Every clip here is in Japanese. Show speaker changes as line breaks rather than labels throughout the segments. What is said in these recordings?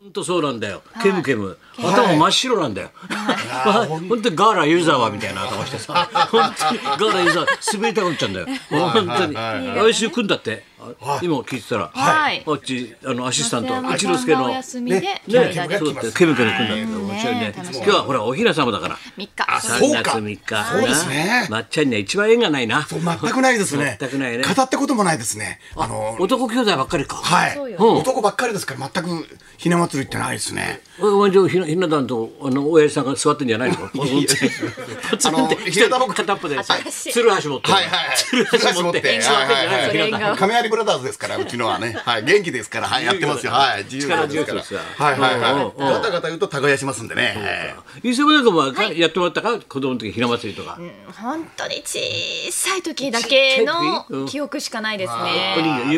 本当そうなんだよ。ケムケム、頭真っ白なんだよ。 本当にガーラユーザーはみたいな頭してさ、本当にガーラユーザー滑りたくなっちゃうんだよ。本当に来週来んだって。あ今聞いてたら、
はい
あっちあのアシスタント
松
一之輔
山さんがお
の。
休みで、
ね
ね、
キャリアで
そうだってケムケム来んだけど、
はい
面白いね
ね楽しみ
今日はほらおひら様だから
三日。
あそう
3月3日
そうですね
なまっちゃんには一番縁がないな
そう全くないですね。
全くないね
語ったこともないですね。あの、
男兄弟ばっかりか
は
そう
い。
よ
男ばっかりですから、全くひな祭りってないですね。
お前じゃあひなひな壇とあの親父さんが座ってんじゃないの？ポツンってポツンって
あのひな壇僕
片っぽでさ
私
鶴橋持って
はいはい はい
鶴橋持って
鶴橋
座
持
っ
ってて
んじゃないの
それ
ひな壇
が
亀有ブラザーズですから、うちのはね。はい。元気ですから、はい。やってますよ。はい。自由
力
な
強
で
いですす
か
よ
ら。はいはい
うん
はい。
うん
ガタガタ言うと耕しますんでね。
伊勢なんかもやってもらったか子供の時ひな祭りとか
本当に小さい時だけ
小さい時うん
の記憶しかないです
お人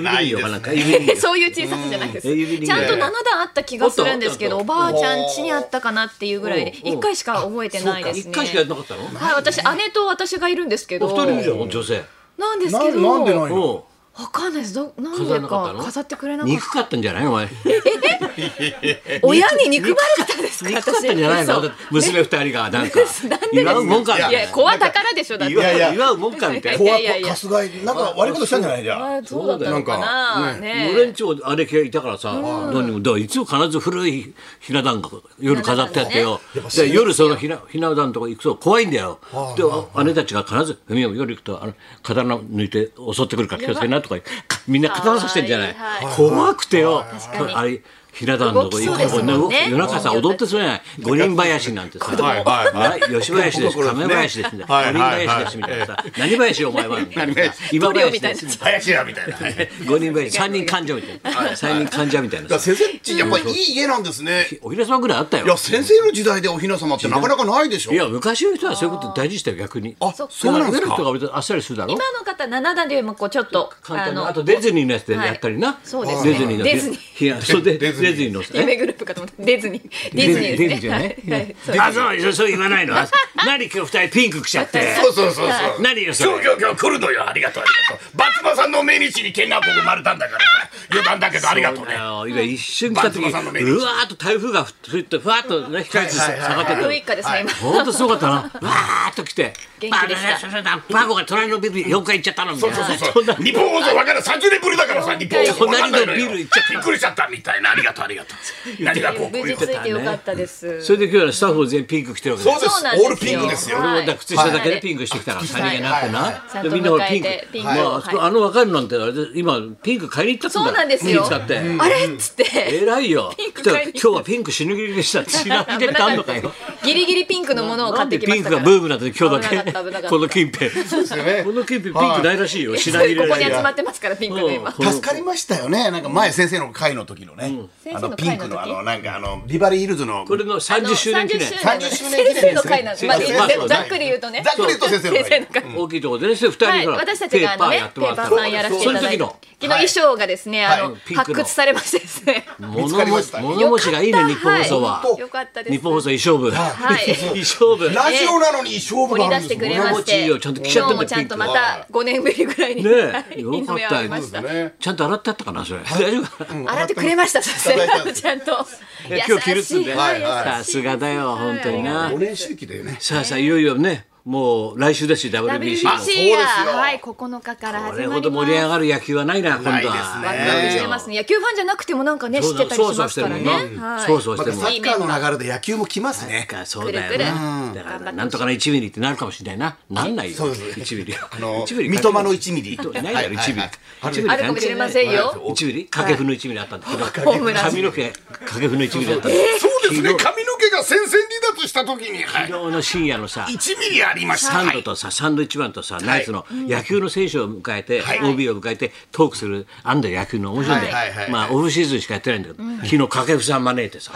ね。
形指人形かなんか
ないで
指人形
そういう小ささじゃないで
うんえ指
す。
に
ちゃんと7段あった気がするんですけど、
おっ
おばあちゃん家にあったかなっていうぐらいで、
おうおう
1回しか覚えてないです
一
ね。
回しかやんなかったの？
はい、私姉と私がいるんですけ
お
ど。
二人いるじゃん女性。
なんです
な
け
んなんでない
お
の
う
わかんないです。どなん
飾ら
で
なかった
か
の？
飾ってくれなかっ
憎かったんじゃないお前？
た。親に憎まれてたんですか？
憎かったんじゃないの？
嘘
だって娘二人がなんか
なんでです
祝うもんかみた
い
い
や、
な
子は宝でしょだって。
祝う
いやいや
祝うもんかみたいな。
いやいやいや
すがい、なんか悪いことしたんじゃないじゃ
あそうだったのか
なん
な。
か
ねえ
俺んちも姉貴がいたからさ、何にもだからいつも必ず古いひな壇が夜飾ってあってよ、で夜そのひなひな壇とか行くと怖いんだよ、で、姉たちが必ず「ふみよ夜行くとあの刀抜いて襲ってくるから気をつけな」とか言うみんな刀さしてんじゃない、
はい
怖くてよ、
かに
あれひな壇のとこ行
動きそうです
く
もん
と
ね
こ夜中さ踊ってそうじゃない五人林なんてさ
はいはいはい
な吉林です亀林ですみ
は
たい
い
な
はい
五人
はい
林ですみたいなさ何林お前はみたいなさ今
トリオ
林
みた
で
いな
すみたいな。
林だみたいな。はいだか
五人分三人患者みたいな三人患者みたいな
ら先生んち、やっぱりいい家なんですね。
お昼様ぐらいあったよ
いや、先生の時代でお雛様ってなかなかないでしょ
い。や昔の人はそういうこと大事したよ逆に
あ、そうなんです
上の人が
か。
割とあっさりするだろ
今の方七段でもこうちょっと
簡単なあとディズニーのやつでやったりな
はいそうですね
ディズニーの
ディズニー
いやそうでディズニ
ディズニー
ーの
ー夢グループかと思ったディズニーディズニー
ディ
で
ズニー
すね
じゃ
は
ね
いはいそう
あそうそう言わないのあ何今日二人ピンク着ちゃって
そうそうそうそう。
何よそ
今日
れ
今日今日来るのよありがとうありがとう松間さんの命日に県南僕生まれたんだからさ余談だけどありがとうね
そうだよ今一瞬来た時う
バンズマさんのメニュー
わーっと台風が吹いてふわっとね光って下がってった
ウイカですね今
本当すごかったな。わーっと来て。
元気でした
バーナナバーゴが隣のビル4階行っちゃったのみた
そ
いうな。
そうそうそう日本放送わから30年ぶりだからさ日本放送わかんないの
隣の
よ
ビ
び
ル
っ
行っちゃった
くりしちゃったみたいなありがとうありがとう何がこうこ
無
うい
事
う
ついてよかったです
それで今日はスタッフ全員ピンク着てるわけだ
そうです
そうなんですよ
オールピンクですよ
はい
俺もだ靴下だけでピンクしてきたから、
はい
さりげなくな、
はい
ちゃんと
でみんなほらピンク
迎えてピンク
まあ
はい
あそこあの若いのなんてあれで今ピンク買いに行ったっつうんだ
そうなんですよ
気使って、
あれっつって
偉いよ
ンク買いに行った
今日はピンク死ぬぎりでしたって知らなくてってあんのか よ
ギリギリピンクのものを
な
買
ん
っ
で
てき
ピ
ま
ンク
した
が
か
ブー
ら
ムなんて今日だけ
危なかった危なかった
この近 辺
すよね
この近辺ピンクないらしいよ品入れ
こ
ら
こ
れ
に
る
集まってますからピンクが今
助かりましたよね。なんか前先生の会の時のね。あの
先
ピ
生の会の時
ンクのあのなんかあのリバリーヒルズの。
これの30周年記念
30
30周
先
年
生の会なんで
記
まあ
念
で
ですねそう
も
そう
ざっくり言うとね
ざっくり言うと先生の会
先生の会
大きいところでね、二人
はい、
ほら
私たちがあ
ペーパ
の
ー
ね
やって
ペ
もら
ー
った
パ
の
ーさんやらせていただいて
その
昨
時
日衣装がですね、あの
はいピンク
発
の
掘されましてですね
の
見つ
物
かりまし
持
た
物持ちがいいね日本放送は
よかったよかったです
日本放送衣装部
はい
衣装部
ラジオなのに勝負
掘
があ
り出し
るん
て
です
く
よ
れま
物
し
持ちい
て
いよちゃんと着ちゃったんだよ
もちゃんとま
ピン
た5年ぶりぐらいに
ねえ
はい
よかったよ
二度目会いました
ね。
ちゃんと洗ってあったかなそれ大丈夫かな
洗ってくれました先
いただいたん
生
で
ちゃんと
いや今日着るっつうんで
優しい
はいはい
さすがだよ本当にな
五年周期でね。
さあさあいよいよねもう来週ですし WBC も
WBC が
そうですよ
はい9日から
こ
始
れ
ま
ほど
りま
盛り上
す
がる野球はないな今度は
ないですね
ワクワクしてますね野球ファンじゃなくてもなんかね知ってたり
そう
し
そ
ま
うして
すか
る
ら
もん
ね
な
はい
そうそう
ま
して
た
も
サッカーの流れで野球も来ますね。
かそうだよ
くるくる
なだからなんとかの1ミリってなるかもしれないななんないよ
そうです
1ミリは
あの
1ミリ
三笘の1ミリ
ないだろ1ミリ
はいはい
1ミリ
あるかもしれませんよ
1ミリ掛布の1ミリあったんだけど
ホームラン
髪の毛掛布の1ミリあったんだ
そうですね髪の毛が戦線離脱した時にはい
昨日の深夜のさ
1ミリありました
サン
は
ド
い
とさ、サンドイッチマンとさ、ナイツの野球の選手を迎えて、
い
OB を迎えてトークするアンド野球の面白いんだよ、
はいはいはい
まあオフシーズンしかやってないんだけど、昨日掛布さん招いてさ、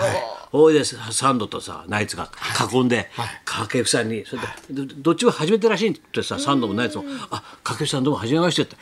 ほいでサンドとさナイツが囲んで、掛布さんにそれでどどっちも初めてらしいってさサンドもナイツも「あ掛布さんどうも初めまして」って。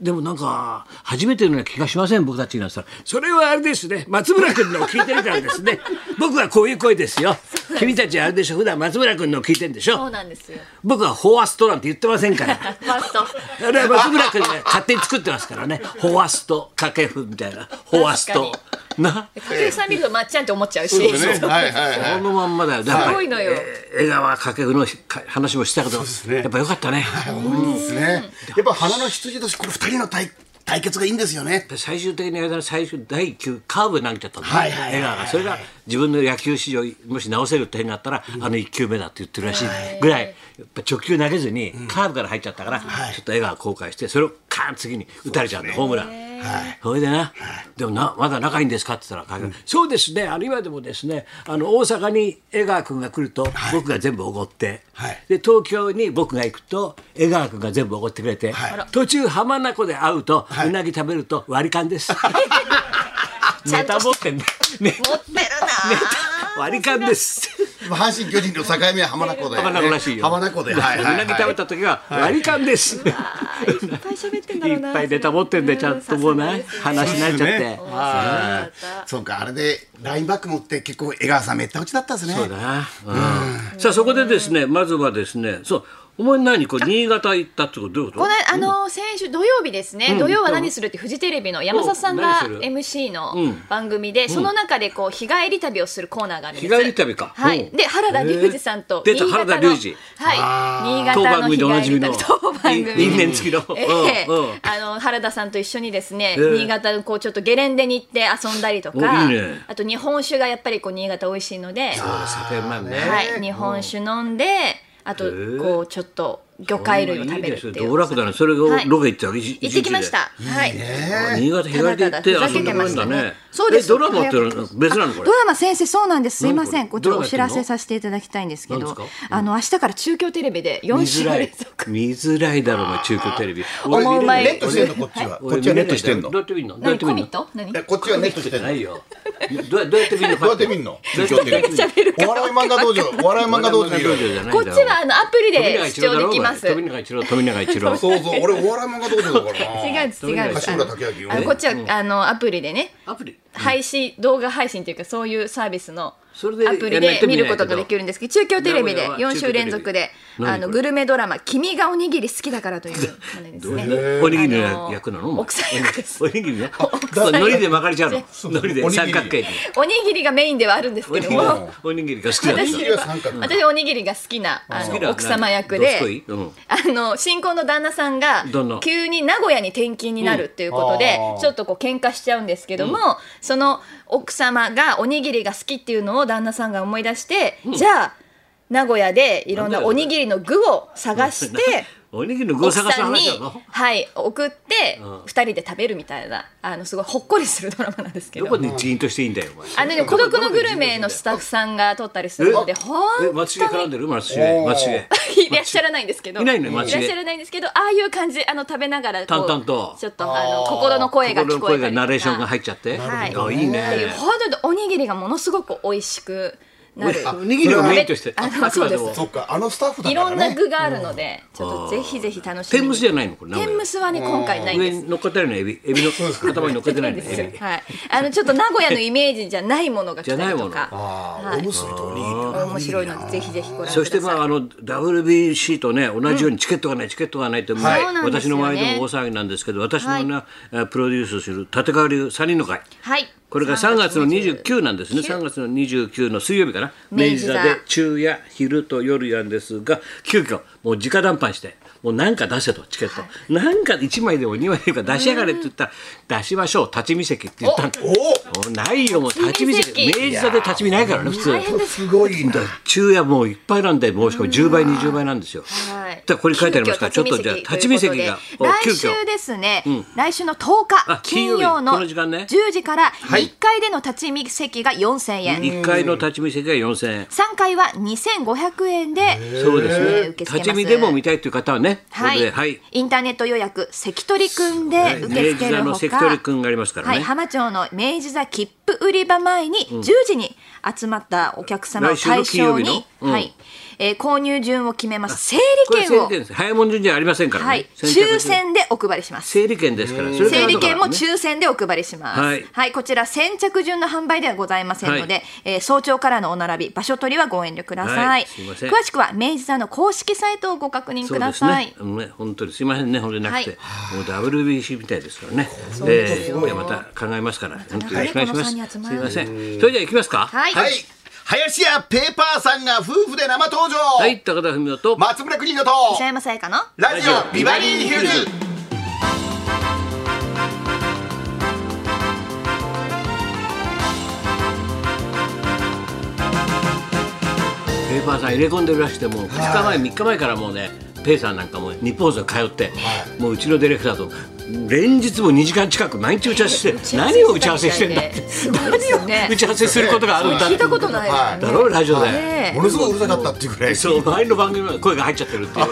でもなんか初めてのような気がしません僕たちになったらそれはあれですね松村君のを聞いてるからです ね僕はこういう声ですよ君たちはあれでしょ普段松村君のを聞いてるんでしょ
そうなんですよ
僕はホワストなんて言ってませんから。
ファースト
あれは松村君が勝手に作ってますからね。ホワスト、掛布みたいな。ホワスト
確。
な
筧さん見るとまっちゃんって思っちゃうし
そうですね。はいはいは
こ
い。
のまんまだよだ
すごいのよ
えー江川掛布のか話もしたけど、
ね
やっぱよかったね
そうですね。やっぱ花の羊としてこの二人の対対決がいいんですよね。
で最終的に間の最終第9カーブ投げちゃったんだ、
はいはいはいはい
江川がそれが自分の野球史上もし直せるってになったら、あの1球目だって言ってるらしいぐらいやっぱ直球投げずにカーブから入っちゃったから、ちょっと江川後悔してそれをカーン次に打たれちゃうんだ、ホームラン。それでな、でもなまだ仲いいんですかって言ったら、そうですねあの今でもですねあの大阪に江川君が来ると、僕が全部おごって、
はい
で東京に僕が行くと江川君が全部おごってくれて、
はいあら
途中浜名湖で会うと、
いう
なぎ食べると割り勘です
ちゃ
ネ
んと
タ持ってんだ、ね、
持ってるな
割り勘です
まあ阪神巨人の境目は浜名湖で、
浜名湖らしいよ
浜名湖で、はいはいは
う
い。
なぎ食べた時は割り勘です、
あーいっぱい喋ってんだ
い
ろうな
っぱいネタ持ってんでちゃんともうな
さすが
話になっちゃって、
そうですね
ですね
そうかあれでラインバック持って結構江川さんめった打ちだったですね。
そうだな、うんさあそこでですねまずはですねそうお前何これ新潟行ったってことどういうこと
この間あの先週土曜日ですね、土曜は何するってフジテレビの山里さんが
うん何する
MC の番組で、その中でこう日帰り旅をするコーナーがあるんです
日帰り旅か
は
う
い
ん
で原田龍二さんと
出た
新潟の
原田龍二
はい新潟
当番
の
組
日
でおなじ
帰
み
り
の
旅当番組
い因縁付きの
ええ
うんうん
あの原田さんと一緒にですね、
ええ
新潟のこうちょっとゲレンデに行って遊んだりとか
おいいね
あと日本酒がやっぱりこう新潟美味しいので、
酒うまいね、
はい、日本酒飲んであと
え
こうちょっと魚介類を食べるっ
いい
てい
ですよ道
う
楽だねそれをロケ行ったよ、一
行ってきま
一
し。
日
た。はい。
で新潟日帰りで行って遊んでくれるんだ
ただただふざけてました
ね
ね。そうです
えドラマってのは別なのこ
ド
れ。
ラマ先生そうなんですすいません
何
こ
これ
っちょっと
ドラマ
お
や
知らせ
ってんの
させていただきたいんですけ
何
ど
です
あの明日から中京テレビで4
見
週
づらい
連続。
見づらいだろうが中古テレビ。
思う前に
俺見れない
ネット
してんのこっちはこっちはネットしてんの
どうやって見るの？どうやっ
何
て見る
コミッ
の？
ト？何？
えこっちはネットしてんの
な。いよ。どうどうやって見るの？
どうやって見んの
どうやって見るの？
お笑い漫画道場、お笑い漫画道場にいる。
こっちはあのアプリ
富永
で
一
視
郎
聴
だろ
で
う
き
が
ます。違
富
う
永一郎富永一郎。
そうそう、俺お笑い漫画道場だからな。
です違う
橋
です
浦武明
あのこっちはあのアプリでね。
アプリ。
配信動画配信というかそういうサービスの
それで
アプリ
やんない
で
と見
見
れ
る
ないけ
こ
ど
とができるんですけど中京テレ
名
ビで
古屋は
4週連続
中
で
京テレビ
あ
何これ
のグルメドラマ「君がおにぎり好きだ から」というものです
どう
ね。
いうおにぎりの役なの？お前
奥さん役です
おにぎりね。そう海苔で巻かれちゃうの。海苔で三角形に。
おにぎりがメインではあるんですけども
おにぎりが好きなんだ。
おにぎりは三角
私おにぎりが好きなあ
好きな
の奥様役で
どすこいうん
あの新婚の旦那さんが
旦那
急に名古屋に転勤になるっていうことで、
うんあー
ちょっとこう喧嘩しちゃうんですけども、その奥様がおにぎりが好きっていうのを旦那さんが思い出して、じゃあ名古屋でいろんなおにぎりの具を探して。
おにぎりの具を
奥
探す
さんに
話なの、
はい、送って
うん
二人で食べるみたいなあのすごいほっこりするドラマなんですけ
ど
ど
こでジーンとしていいんだよお前
あのね、孤独のグルメのスタッフさんが撮ったりするので、
え
本当
松重絡んでる松重松重
に いらっしゃらないんですけど、
いないのよ松重
らっしゃらないんですけど、ああいう感じ、あの食べながらこう、
淡々と
ちょっとあの心の声が
心
聞
の
こえ
声が
たりと
ナ
か
レーションが入っちゃって、
はい
あいい
っていう
ね
本当におにぎりがものすごく美味しくなる。
おにぎりをメインとして
あの
あくまで
そう
も
です
そっか、あのスタッフだ
い
か
ろ
ら
んな
ね。
具があるので、ちょっとぜひぜひ楽しみに。
天むすじゃないのこれ名古
天
屋
むすはね、今回ないん
上
です。
に乗っかってないのエビエビの頭に乗っかってないのエ
ですよ
ビ
はい、あのちょっと名古屋のイメージじゃないものが来たりと
じゃない
か、
ああ、おむすびとおにぎりとか。
面白いのでぜひぜひご覧くださ
そ
い。
してまああの WBC とね同じようにチケットがないチケットがないってもう
はいそうなんですよね
私の周りでも大騒ぎなんですけど私のねえプロデュースする立川流三人の会
はい。
これが3月の
29
29なんですね3月の29の水曜日かな明
明治
治
座
座で昼夜昼と夜なんですが急遽もう直談判してもう何か出せとチケット、なんか1枚でも2枚でも出しやがれって言ったら出しましょう立ち見席って言ったんだもうないよもう立ち見席
立ち
明治座で立ち見ないからね普通
すごいんだ。
昼夜もういっぱいなんで申し込み10倍20倍なんですよ、
はい
だからこれ書いてありますからちょっとじゃあ立ち見席がお急
来
遽
週ですね、来週の10
あ
日金
金曜日
曜の
この時間ね
10時から1階での立ち見席が4000円、
1階の立ち見席が4000円
3階は2500円で
そうです
え
ね
ー受け付け
立
ます
ち見でも見たいという方はね
は
ここで
い、
はい
インターネット予約関取くんで受け
明
付
治
ける
座
ほ
の
か
関取君がありますから
は
ね、
い、浜町の明治座切符売り場前に10時に集まったお客様を
来週の
対
金曜
象
日の
に、
うん
はいえー購入順を決めます整
こ
理
れ整
券
理
を、
券です早いもん順じゃありませんからね、
はい、
先着順
抽選でお配りします。
整理券ですからそれから
整理券も
後からね
抽選でお配りします。
は
はいい、こちら先着順の販売ではございませんので、
はい
えー早朝からのお並び、場所取りはご遠慮ください。
はいすいません
詳しくは明治座の公式サイトをご確認ください。
はい
うんね本当にすいませんね、本当になくて、もう WBC みたいですからね。
うですよ
ーまた考えますから、本当によろしくお願いします。す
なかなか
い
ね
ません。それじゃあ行きますか。
はい、
はい。林家ペーパーさんが夫婦で生登場。
はい、高田文夫と。
松村邦洋と。
北山さやかの
ラジオビバリーヒルズ。
ペーパーさん入れ込んでるらしくてもう2日前3日前からもうねペーさんなんかもう日本放送通って、もううちのディレクターと連日もう2時間近く毎日打ち合わせして何を打ち合わせしてんだって
す ごいですよね
打ち合わせすることがあるんだ
聞いたことないですね
だろラジオで、
ね
ものすごいうるさかったっていうぐらい。
そう周りの番組の声が入っちゃってるっていう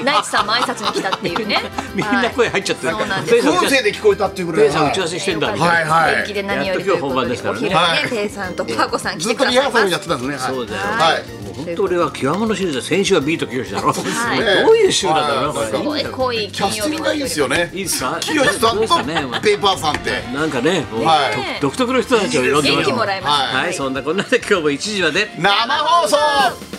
えナイツさんも挨拶に来たっていうね
みんな声入っちゃってる
はいそうなんです
ペイ
副
さん打
音
ち合わせ
声で聞こえたっていうぐら
ペ
い。
イさん打ち合
は
わ
い
せしてんだって、
はいはい
元気で何より
やっと今日本番ですからね
ということ
は
お
い
昼ねペイさんとパーコさん来
ず
て
っ
く
と
だ
リ
さ
ハ
いま
ーサルやっ
す
てたんですね。はい
そうだよ、
はい。
もう本当俺は極のシリーズ先週はビートきよしだろ、
い
どういう週だろうなこ
すご
れ
い濃い
キャ
金
ス
曜
ティン
日
グ
の
がいい
夜
ですよね。
いいですか
清さん
どう
と
ですかね
ペーパーさんって。
なんかね、もう
は
独特の人たちを呼んでます
元気もらいま
はい、
は
そんなこんなで今日も1時まで
い。生放送。